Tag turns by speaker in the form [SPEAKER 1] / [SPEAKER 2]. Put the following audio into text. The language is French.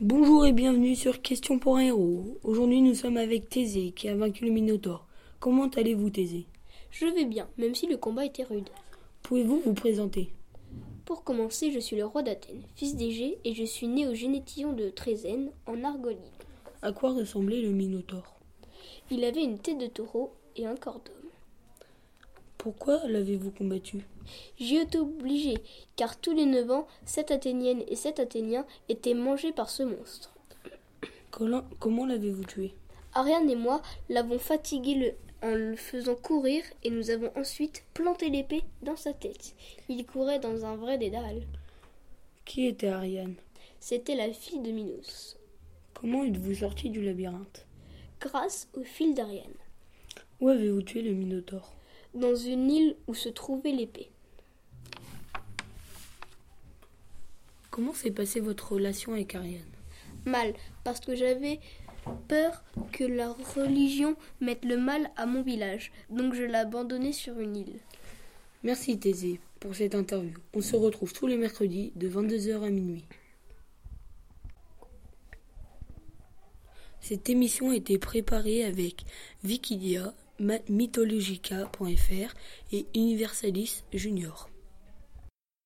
[SPEAKER 1] Bonjour et bienvenue sur Question pour un héros. Aujourd'hui nous sommes avec Thésée qui a vaincu le Minotaure. Comment allez-vous Thésée
[SPEAKER 2] Je vais bien, même si le combat était rude.
[SPEAKER 1] Pouvez-vous vous présenter
[SPEAKER 2] Pour commencer, je suis le roi d'Athènes, fils d'Égée, et je suis né au Génétillon de Trézène, en Argolie.
[SPEAKER 1] À quoi ressemblait le Minotaure
[SPEAKER 2] Il avait une tête de taureau et un corps d'homme.
[SPEAKER 1] Pourquoi l'avez-vous combattu
[SPEAKER 2] J'y étais obligé, car tous les neuf ans, sept Athéniennes et sept Athéniens étaient mangés par ce monstre.
[SPEAKER 1] Colin, Comment l'avez-vous tué
[SPEAKER 2] Ariane et moi l'avons fatigué le- en le faisant courir, et nous avons ensuite planté l'épée dans sa tête. Il courait dans un vrai dédale.
[SPEAKER 1] Qui était Ariane
[SPEAKER 2] C'était la fille de Minos,
[SPEAKER 1] Comment êtes-vous sorti du labyrinthe
[SPEAKER 2] grâce au fil d'Ariane.
[SPEAKER 1] Où avez-vous tué le Minotaure
[SPEAKER 2] dans une île où se trouvait l'épée.
[SPEAKER 1] Comment s'est passée votre relation avec Ariane
[SPEAKER 2] Mal, parce que j'avais peur que la religion mette le mal à mon village, donc je l'ai abandonnée sur une île.
[SPEAKER 1] Merci Thésée pour cette interview. On se retrouve tous les mercredis de 22h à minuit. Cette émission a été préparée avec Wikidia, Ma- mythologica.fr et Universalis Junior.